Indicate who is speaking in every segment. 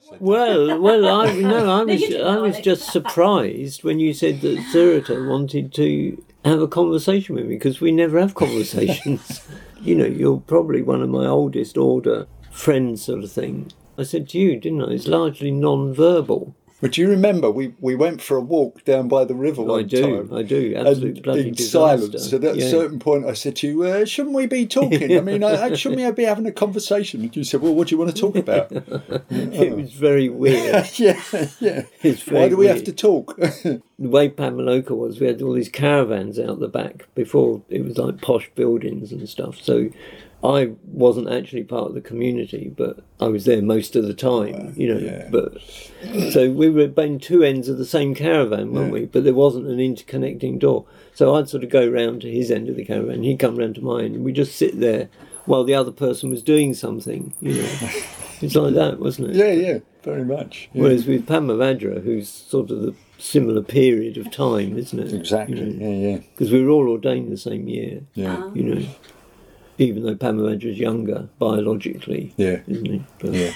Speaker 1: said
Speaker 2: Well, well, I no, I
Speaker 3: No, you
Speaker 2: was
Speaker 3: didn't,
Speaker 2: I was
Speaker 3: Alex.
Speaker 2: just surprised when you said that Zurita wanted to have a conversation with me because we never have conversations. you know, you're probably one of my oldest order friends, sort of thing. I said to you, didn't I? It's largely non-verbal.
Speaker 1: But do you remember we, we went for a walk down by the river one
Speaker 2: I do,
Speaker 1: time?
Speaker 2: I do. Absolute
Speaker 1: And
Speaker 2: bloody
Speaker 1: in
Speaker 2: disaster.
Speaker 1: silence, and at
Speaker 2: Yeah.
Speaker 1: a certain point, I said to you, uh, "Shouldn't we be talking? I mean, I, shouldn't we be having a conversation?" And you said, "Well, what do you want to talk about?"
Speaker 2: it was very weird.
Speaker 1: yeah, yeah.
Speaker 2: It's very
Speaker 1: Why do we
Speaker 2: weird.
Speaker 1: have to talk?
Speaker 2: the way Pamaloka was, we had all these caravans out the back before it was like posh buildings and stuff. So I wasn't actually part of the community, but I was there most of the time, you know.
Speaker 1: yeah.
Speaker 2: But so we were been two ends of the same caravan, weren't we? But there wasn't an interconnecting door. So I'd sort of go round to his end of the caravan, he'd come round to mine, and we just sit there while the other person was doing something, you know. it's like that, wasn't it?
Speaker 1: yeah, yeah, very much. Yeah.
Speaker 2: Whereas with Padma Vadra, who's sort of the similar period of time, isn't it?
Speaker 1: exactly. Yeah, yeah,
Speaker 2: Because we were all ordained the same year,
Speaker 1: yeah,
Speaker 2: you know. Even though Padma Vadra's younger biologically,
Speaker 1: yeah.
Speaker 2: isn't he? But
Speaker 1: Yeah.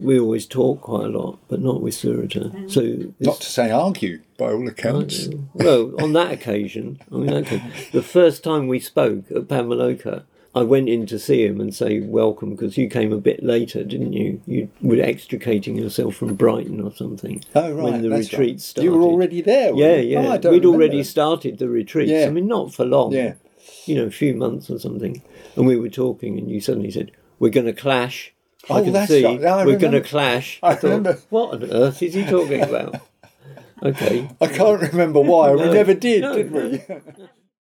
Speaker 2: We always talk quite a lot, but not with Surata. So this-
Speaker 1: Not to say argue, by all accounts.
Speaker 2: well, on that occasion, I mean, okay, the first time we spoke at Pamaloka, I went in to see him and say welcome because you came a bit later, didn't you? You were extricating yourself from Brighton or something.
Speaker 1: Oh right,
Speaker 2: when the
Speaker 1: that's
Speaker 2: retreat
Speaker 1: right.
Speaker 2: started.
Speaker 1: You were already there. were
Speaker 2: Yeah,
Speaker 1: you?
Speaker 2: yeah.
Speaker 1: Oh, I don't
Speaker 2: We'd
Speaker 1: remember
Speaker 2: already
Speaker 1: that.
Speaker 2: started the retreats.
Speaker 1: Yeah.
Speaker 2: I mean, not for long.
Speaker 1: Yeah.
Speaker 2: You know, a few months or something. And we were talking, and you suddenly said, "We're going to clash." I
Speaker 1: Oh,
Speaker 2: can
Speaker 1: that's
Speaker 2: see.
Speaker 1: right. Now I
Speaker 2: We're going to
Speaker 1: remember.
Speaker 2: clash.
Speaker 1: I
Speaker 2: thought,
Speaker 1: remember.
Speaker 2: What on earth is he talking about? okay.
Speaker 1: I can't remember why. We
Speaker 2: No.
Speaker 1: never did,
Speaker 2: No,
Speaker 1: did we?